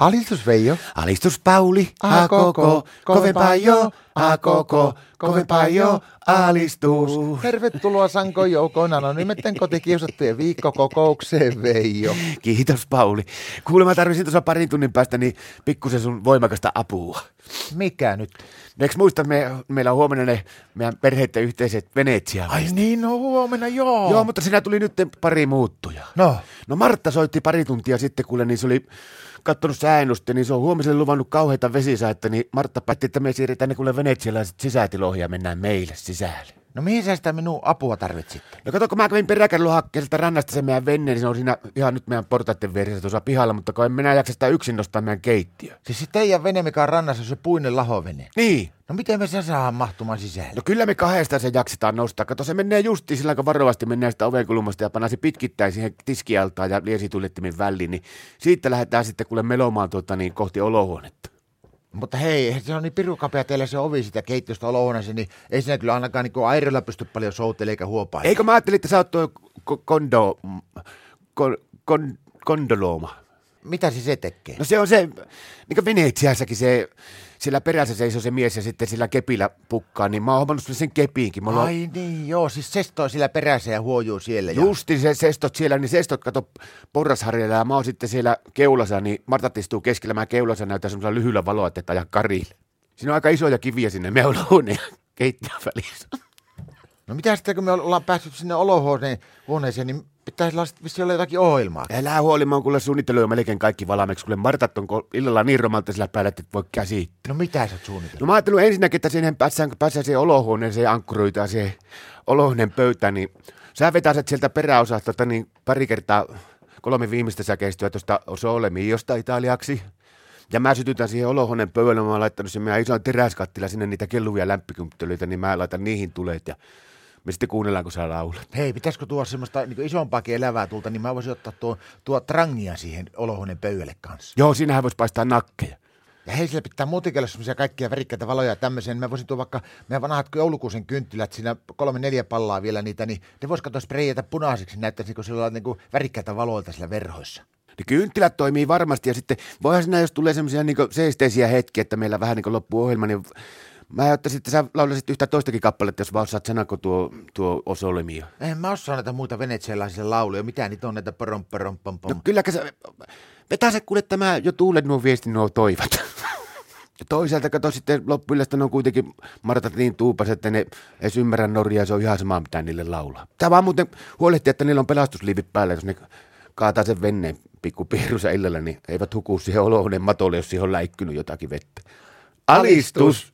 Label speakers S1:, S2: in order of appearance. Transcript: S1: Alistus Veijo.
S2: Alistus Pauli, a koko, kovempaa jo, a koko, kovempaa jo,
S1: Uhuh.
S2: alistus.
S1: Tervetuloa Sankoin joukoon anonymitten kotikiusattujen viikkokokoukseen Veijo.
S2: Kiitos Pauli. Kuulemma tarvitsin tuossa parin tunnin päästä niin pikkusen sun voimakasta apua.
S1: Mikä nyt?
S2: Eikö muista, että me, meillä on huomenna ne meidän perheiden yhteiset Venetsiaan?
S1: Ai niin, no huomenna joo.
S2: Joo, mutta sinä tuli nyt pari muuttujaa.
S1: No,
S2: No Martta soitti pari tuntia sitten, kuule, niin se oli kattonut säännöstä, niin se on huomiselle luvannut kauheita vesisaetta, niin Martta päätti, että me siirretään ne kuule venetsialaiset sisätiloihin ja mennään meille sisälle.
S1: no mihin sä sitä minun apua tarvitsit?
S2: No kato, kun mä kävin peräkärryllä hakkeen sieltä rannasta sen meidän venne, niin se on siinä ihan nyt meidän portaiden vieressä tuossa pihalla, mutta kun en minä jaksa sitä yksin nostaa meidän keittiö.
S1: Siis se teidän vene, mikä on rannassa, se puinen lahovene.
S2: Niin.
S1: No miten me se saadaan mahtumaan sisälle?
S2: No kyllä me kahdestaan se jaksetaan nostaa. Kato, se menee justiin sillä, kun varovasti mennään sitä ovenkulmasta ja pannaan se pitkittäin siihen tiskialtaan ja liesituljettimen väliin, niin siitä lähdetään sitten kuule melomaan tuota, niin kohti olohuonetta.
S1: Mutta hei, eihän se on niin pirukapea teillä se ovi sitä keittiöstä olohuoneessa, niin ei siinä kyllä ainakaan niin airolla pysty paljon soutelemaan eikä huopaa.
S2: Eikö mä ajattelin, että sä oot tuo ko- kondo... Kon, kon, kondolooma?
S1: Mitä se se tekee?
S2: No se on se, niin kuin Venetsiassakin se, sillä perässä seisoo se mies ja sitten sillä kepillä pukkaa, niin mä oon hommannut sulle sen kepiinkin. Mulla on
S1: Ai niin, joo, siis sestoi sillä perässä ja huojuu siellä. ja-
S2: justin se sestot siellä, niin sestot kato porrasharjalla ja mä oon sitten siellä keulassa, niin Martat istuu keskellä, mä keulassa näytän semmoisella lyhyellä valoa, että ajaa karille. Siinä on aika isoja kiviä sinne, me ollaan ja keittiön välissä.
S1: No mitä sitten, kun me ollaan päässyt sinne olohuoneen, huoneeseen, niin pitäisi olla sitten vissiin olla jotakin ohjelmaa.
S2: Älä huoli, mä oon kuule suunnittelu jo melkein kaikki valmiiksi, kuule Martat on ko- illalla niin romanttisella päällä, että et voi käsittää.
S1: No mitä sä oot suunnitellut?
S2: No mä ajattelin ensinnäkin, että siihen päästään, kun päästään siihen olohuoneeseen ja ankkuroidaan siihen olohuoneen pöytään, niin sä vetäiset sieltä peräosastolta niin pari kertaa kolme viimeistä säkeistyä tuosta Sole Miosta italiaksi. Ja mä sytytän siihen olohuoneen pöydälle, mä oon laittanut sen meidän ison teräskattila sinne niitä kelluvia lämpikymptelöitä, niin mä laitan niihin tuleet ja me sitten kuunnellaan, kun sä laulat.
S1: Hei, pitäisikö tuoda semmoista niin isompaakin elävää tulta, niin mä voisin ottaa tuo, tuo trangia siihen olohuoneen pöydälle kanssa.
S2: Joo, siinähän voisi paistaa nakkeja.
S1: Ja hei, sillä pitää muutenkin olla semmoisia kaikkia värikkäitä valoja ja tämmöisen. Mä voisin tuoda vaikka meidän vanhat joulukuusen kynttilät, siinä kolme neljä pallaa vielä niitä, niin ne vois katsoa spreijätä punaiseksi, näyttäisikö sillä niin värikkäitä valoilta sillä verhoissa.
S2: Ne Niin kynttilät toimii varmasti ja sitten voihan siinä, jos tulee semmoisia niin seesteisiä hetkiä, että meillä vähän niin loppuu ohjelma, niin mä ajattelin, että sä laulaisit yhtä toistakin kappaletta, jos vaan osaat sen kuin tuo, tuo osolimia.
S1: En mä osaa näitä muita venetsialaisia lauluja, mitä niitä on näitä porom, porom, pom, pom.
S2: No kylläkä sä, vetää se kuule tämä jo tuulet nuo viestin nuo toivat. Ja toisaalta kato sitten loppuillasta ne on kuitenkin Martat niin tuupas, että ne edes ymmärrä norjaa, se on ihan sama mitä niille laulaa. Tää vaan muuten huolehtii, että niillä on pelastusliivit päällä, jos ne kaataa sen venneen pikku piirussa illalla, niin eivät huku siihen olohuoneen matolle, jos siihen on läikkynyt jotakin vettä. Alistus!